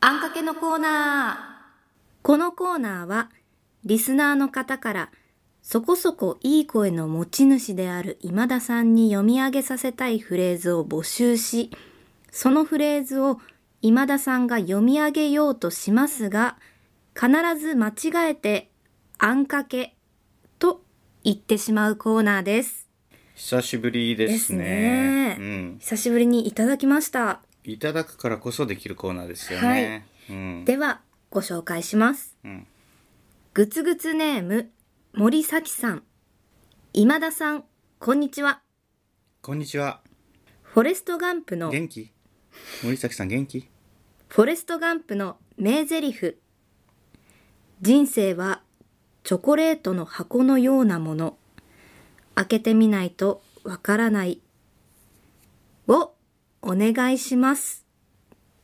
あんかけのコーナー。このコーナーは、リスナーの方から、そこそこいい声の持ち主である今田さんに読み上げさせたいフレーズを募集し、そのフレーズを今田さんが読み上げようとしますが、必ず間違えて、あんかけと言ってしまうコーナーです。久しぶりですでねすねうん、久しぶりにいただきました。いただくからこそできるコーナーですよね、うんでは、ご紹介します。うん、ぐつぐつネーム森崎さん今田さんこんにちはこんにちはフォレストガンプの元気森崎さん元気フォレストガンプの名台詞人生はチョコレートの箱のようなもの開けてみないとわからないをお願いします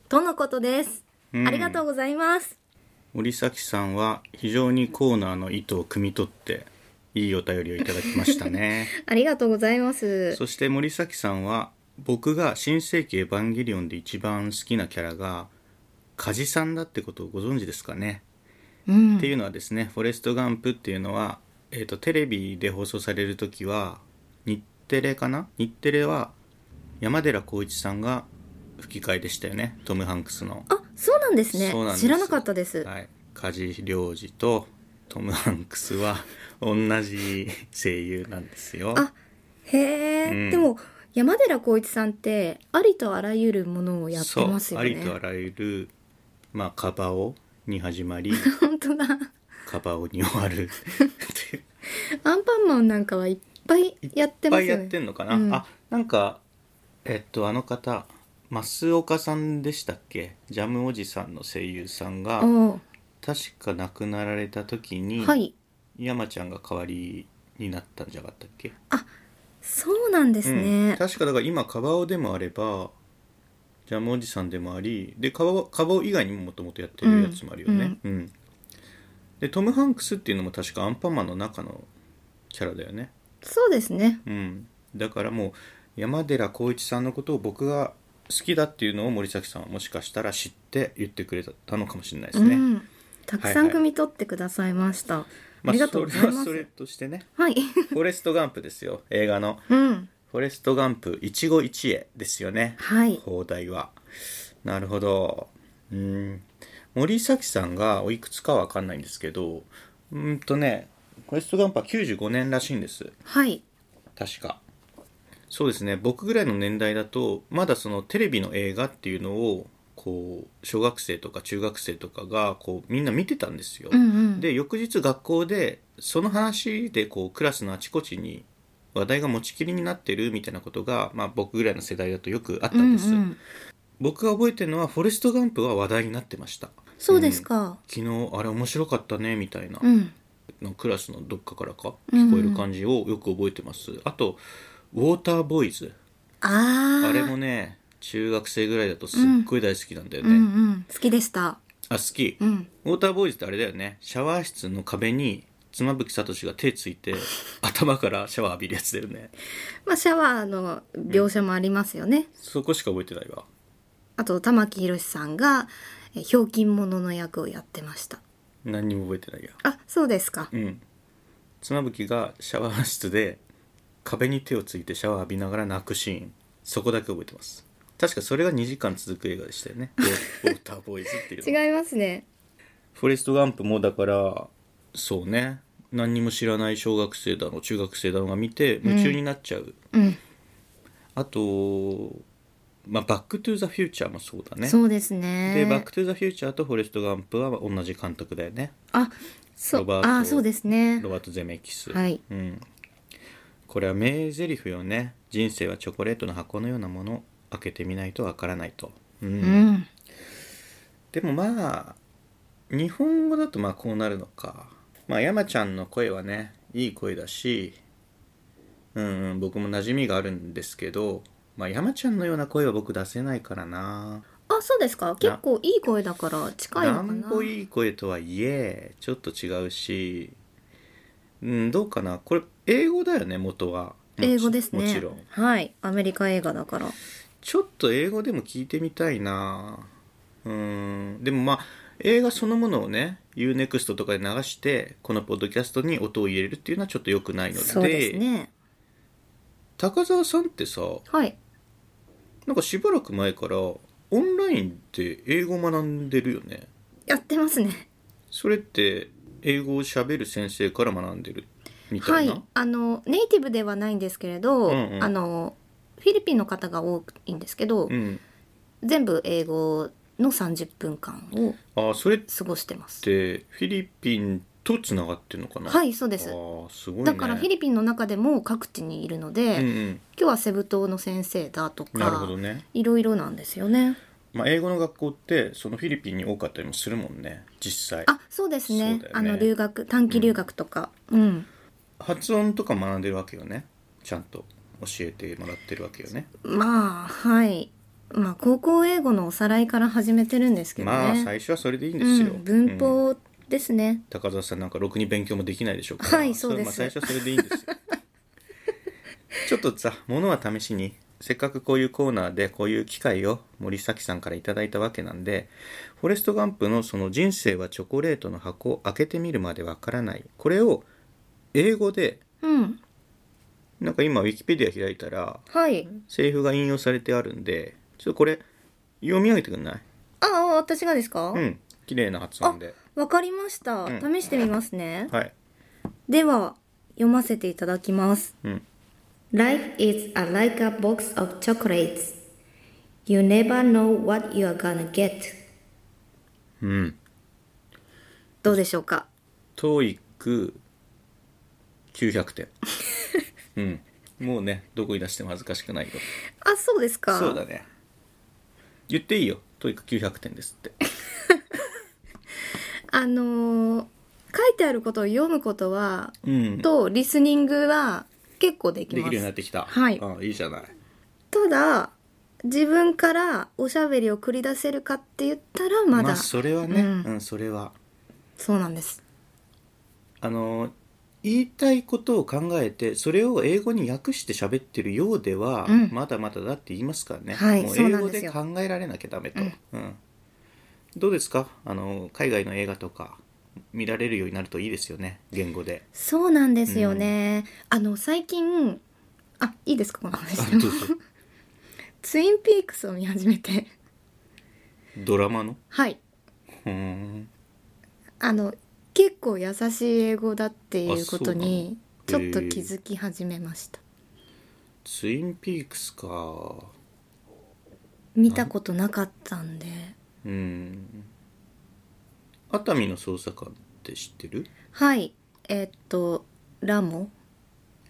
とのことです、うんありがとうございます森崎さんは非常にコーナーの意図を汲み取っていいお便りをいただきました ねありがとうございますそして森崎さんは僕が新世紀エヴァンゲリオンで一番好きなキャラが梶さんだってことをご存知ですかねうんっていうのはですね「フォレスト・ガンプ」っていうのは、えー、とテレビで放送される時は日テレかな日テレは山寺宏一さんが吹き替えでしたよねトム・ハンクスの。あそうなんですねそうなんです知らなかったです、はい、梶良二とトム・ハンクスは同じ声優なんですよ。あへえ、うんでも山寺宏一さんってありとあらゆるものをやってますそうよありとあね。らゆる、まあ、カバオに始まり 本当だ。カバオに終わるっていうアンパンマンなんかはいっぱいやってますよいっぱいやってね。んのかな、うんあなんかえっとあの方増岡さんでしたっけジャムおじさんの声優さんがおう確か亡くなられた時に、はい。山ちゃんが代わりになったんじゃなかったっけそうなんですうんね。確かだから今カバオでもあればジャムおじさんでもありでカバオカバオ以外にももともとやってるやつもあるよね、うんでトム・ハンクスっていうのも確かアンパンマンの中のキャラだよねそうですね。うん、だからもう山寺宏一さんのことを僕が好きだっていうのを森崎さんはもしかしたら知って言ってくれたのかもしれないですね。うん。たくさん汲み取ってくださいました。ありがとうございそれまはそれす。としてねはい。 「フォレスト・ガンプ」ですよ映画のうん。 「フォレスト・ガンプ一期一会」ですよねはい。放題は。なるほどうん森崎さんがおいくつかわかんないんですけどうーんとね「フォレスト・ガンプ」は95年らしいんです。はい。確かそうですね僕ぐらいの年代だとまだそのテレビの映画っていうのをこう小学生とか中学生とかがこうみんな見てたんですよ、うんうん。で翌日学校でその話でこうクラスのあちこちに話題が持ちきりになってるみたいなことが、まあ、僕ぐらいの世代だとよくあったうんんうです、ん。僕が覚えてるのは「フォレスト・ガンプ」は話題になってましたそうですか。昨日あれ面白かったねみたいな、うん。のクラスのどっかからか聞こえる感じをよく覚えてます、あと「ウォーターボーイズ」ああ。あれもね中学生ぐらいだとすっごい大好きなんだようね、んうん。好きでした。あ好き、うん。ウォーターボーイズってあれだよねシャワー室の壁に妻夫木聡が手つ いて頭からシャワー浴びるやつだよねまあシャワーの描写もありますよね。そこしか覚えてないわあと玉木宏さんがえーひょうきん者の役をやってました何にも覚えてないやあそうですかうん妻夫木がシャワー室で壁に手をついてシャワー浴びながら泣くシーンそこだけ覚えてます確かそれが2時間続く映画でした よねウォーウォーターボーイズっていうの違いますねフォレスト・ガンプもだからそうね何にも知らない小学生だの中学生だのが見て夢中になっちゃう、うん、あと、まあ、バック・トゥ・ザ・フューチャーもそうだねそうですねでバック・トゥ・ザ・フューチャーとフォレスト・ガンプは同じ監督だよねあそロうバートあそうですねロバート・ゼメキス、はいうん、これは名台詞よね人生はチョコレートの箱のようなもの開けてみないとわからないと、うんうんでもまあ日本語だとまあこうなるのかまあ山ちゃんの声はねいい声だしうん、うん、僕も馴染みがあるんですけどまあ山ちゃんのような声は僕出せないからなあそうですか結構いい声だから近いのかななんぼいい声とはいえちょっと違うしうんどうかなこれ英語だよね元はもち英語ですねもちろんはいアメリカ映画だからちょっと英語でも聞いてみたいなうんでもまあ映画そのものをね UNEXT とかで流してこのポッドキャストに音を入れるっていうのはちょっと良くないのでそうですね。高澤さんってさはい。なんかしばらく前からオンラインで英語学んでるよねやってますね。それって英語を喋る先生から学んでるみたはいな、い。あのネイティブではないんですけれど、うんうんあのフィリピンの方が多いんですけど、うん、全部英語の30分間をああそれっ過ごしてます。てフィリピンとつながってるのかなはいい、そうです。ああすごいねだからフィリピンの中でも各地にいるので、今うんうん日はセブ島の先生だとなるほか、どね、いろいろなんですよね。まあ、英語の学校ってそのフィリピンに多かったりもするもんね実際あ、そうですね。そうだあよねの留学、短期留学とか、うん、発音とか学んでるわけよねちゃんと教えてもらってるわけよねまあはい、まあ高校英語のおさらいから始めてるんですけどね。まあ最初はそれでいいんですよ、うん、文うん法ですね。高澤さんなんかろくに勉強もできないでしょうからはいそうですれまあ、最初はそれでいいん ですよちょっとさものは試しにせっかくこういうコーナーでこういう機会を森崎さんからいただいたわけなんでフォレスト・ガンプのその「人生はチョコレートの箱開けてみるまでわからない」これを英語でうん、なんか今ウィキペディア開いたらはい。セリフが引用されてあるんでちょっとこれ読み上げてくんないああ、私がですか？うん綺麗な発音でわかりました、うん試してみますね。はいでは読ませていただきます。うん Life is a, like a box of chocolates. You never know what you are gonna get. うんどうでしょうか。トーイック900点 うんもうねどこに出しても恥ずかしくないよあ、そうですか。そうだね言っていいよトーイック900点ですってあのー書いてあることを読むことは、うんとリスニングは結構できできまるようになっす。てきたはいあいいじゃないただ自分からおしゃべりを繰り出せるかって言ったらまだ、あそれはねううんん、それはそうなんです。あの言いたいことを考えてそれを英語に訳して喋ってるようでは、うんまだまだだって言いますからね、はいもうそう英なん語ですでよ考えられなきゃダメと、ううんんどうですかあの海外の映画とか見られるようになるといいですよね言 語でそうなんですよね。あの最近あいいですかこの話あ。どうぞツインピークスを見始め てドラマのはい。うーんあの結構優しい英語だっていうことにあちょそうなっのと気づき始めました。ツインピークスか見たことなかったんで。うん熱海の捜査官って知ってるはい。えーっと、ラモ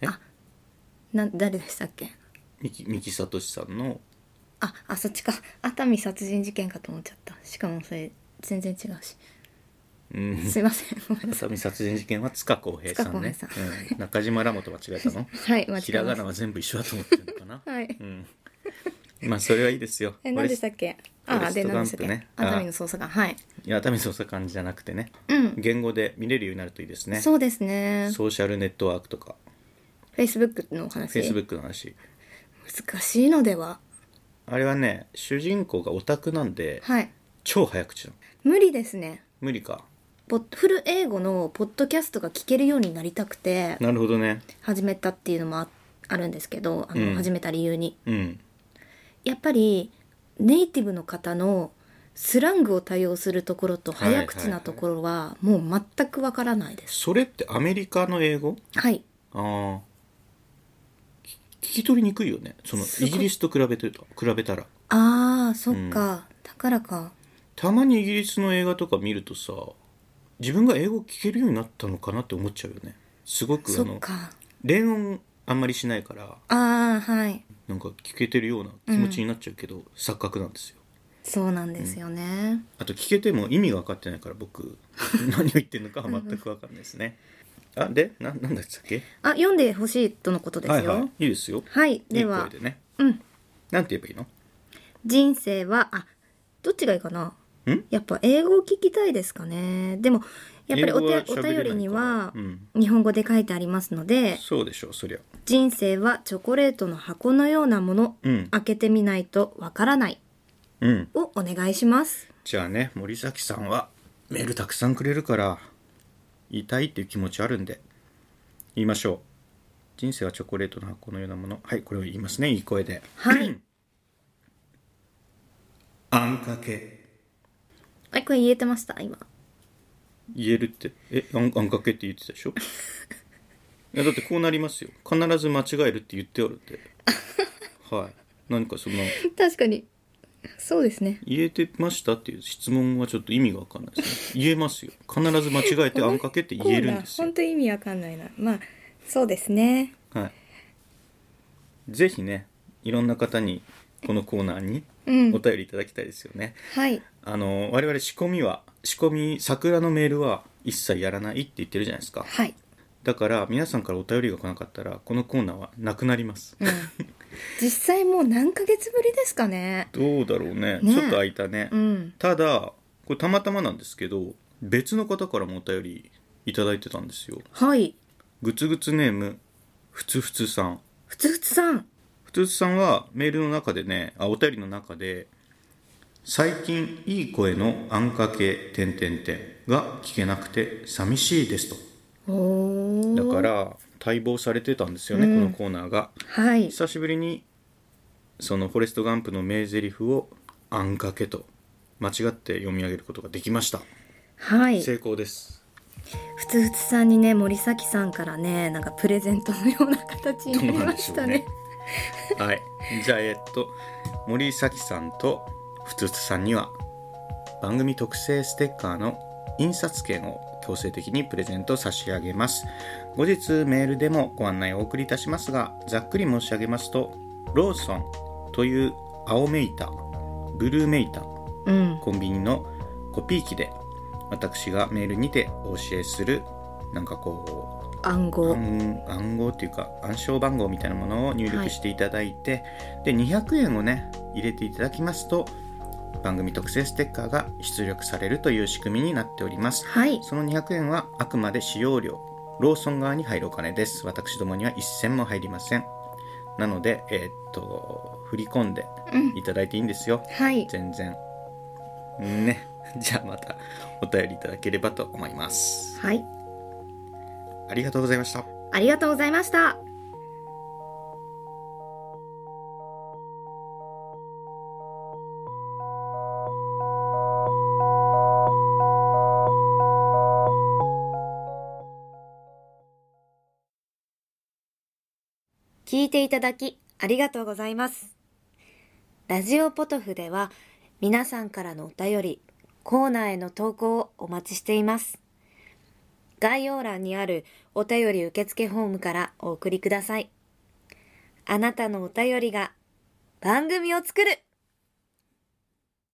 えあ、な、誰でしたっけ三木三木聡さんのあ、あ、そっちか。熱海殺人事件かと思っちゃった。しかもそれ、全然違うし。うんすいません。ごめん なさ熱海殺人事件は塚浩平さんね塚浩うん、中島ラモと間違えたのい。 はい、間違ひえらまがしなは全部一緒だと思ってるの かなた。はい。うんまあそれはいいですよえ、何でしたっけフォあ、レで、スト何でしたっけ、ガンプね熱海の捜査官。はい。いや熱海捜査官じゃなくてねうん。言語で見れるようになるといいですねそうですね。ソーシャルネットワークとか Facebook のお話。 Facebook の話難しいのでは。あれはね主人公がオタクなんではい。超早口なの無理ですね。無理かポッフル英語のポッドキャストが聞けるようになりたくてなるほどね始めたっていうのもああるんですけどあの、うん始めた理由にうんやっぱりネイティブの方のスラングを多用するところとはい早口なところはもう全くわからないです。それってアメリカの英語はい、ああ聞き取りにくいよねそのすごいイギリスと比べてた比べたらああそっか、だからかたまにイギリスの映画とか見るとさ自分が英語聞けるようになったのかなって思っちゃうよねすごくそあっのか連音あんまりしないからああはいなんか聞けてるような気持ちになっちゃうけど、錯覚なんですよそうなんですよね。あと聞けても意味が分かってないか ら僕何を言ってるのかは全く分かんないですねあでななんだったっけあ読んでほしいとのことですよ。はいはい、はいいいですよでは声でねうんなんて言えばいいの人生はあどっちがいいかなうんやっぱ英語を聞きたいですかねでもやっぱりお英語はてお喋れないか便らりにはうん日本語で書いてありますので、そうでしょうそりゃ人生はチョコレートの箱のようなもの、うん開けてみないとわからないうんをお願いしますじゃあね森崎さんはメールたくさんくれるから言いたいっていう気持ちあるんで言いましょう人生はチョコレートの箱のようなものはいこれを言いますねいい声で はい。 あんかけはい、これ言えてました、今。言えるってえあんあんかけって言ってたでしょ いやだってこうなりますよ必ず間違えるって言っておるって はい何かその確かに。そうですね。言えてましたっていう質問はちょっと意味がわかんないですね言えますよ必ず間違えてあんかけって言えるんですよ本当意味わかんないな。まあ、そうですね。はい。ぜひね、いろんな方にこのコーナーにうんお便りいただきたいですよね。はい。あの我々仕込みは仕込み桜のメールは一切やらないって言ってるじゃないですか。はい。だから皆さんからお便りが来なかったらこのコーナーはなくなります。うん。実際もう何ヶ月ぶりですかね。どうだろうね。ねちょっと空いたね。うん。ただこれたまたまなんですけど、別の方からもお便りいただいてたんですよ。はい。グツグツネームふつふつさん。ふつふつさん。ふつふつさんはメールの中でねあお便りの中で「最近いい声のあんかけ点点点が聞けなくて寂しいです」とおだー。から待望されてたんですよね、このコーナーがはい。久しぶりにその「フォレスト・ガンプ」の名台詞を「あんかけ」と間違って読み上げることができましたはい。成功ですふつふつさんにね森崎さんからねなんかプレゼントのような形になりましたねはいじゃあえっと森崎さんとふつつさんには番組特製ステッカーの印刷券を強制的にプレゼント差し上げます後日メールでもご案内をお送りいたしますがざっくり申し上げますとローソンという青めいたブルーめいたうんコンビニのコピー機で私がメールにてお教えするなんかこう暗号暗暗号っていうか暗証番号みたいなものを入力していただいて、で200円をね入れていただきますと番組特製ステッカーが出力されるという仕組みになっておりますはいその200円はあくまで使用料ローソン側に入るお金です私どもには1銭も入りませんなのでえーっと振り込んでうんいただいていいんですよ、はい全然ねじゃあまたお便りいただければと思いますはいありがとうございましたありがとうございました聞いていただきありがとうございます。ラジオポトフでは皆さんからのお便り、コーナーへの投稿をお待ちしています。概要欄にあるお便り受付フォームからお送りください。あなたのお便りが番組を作る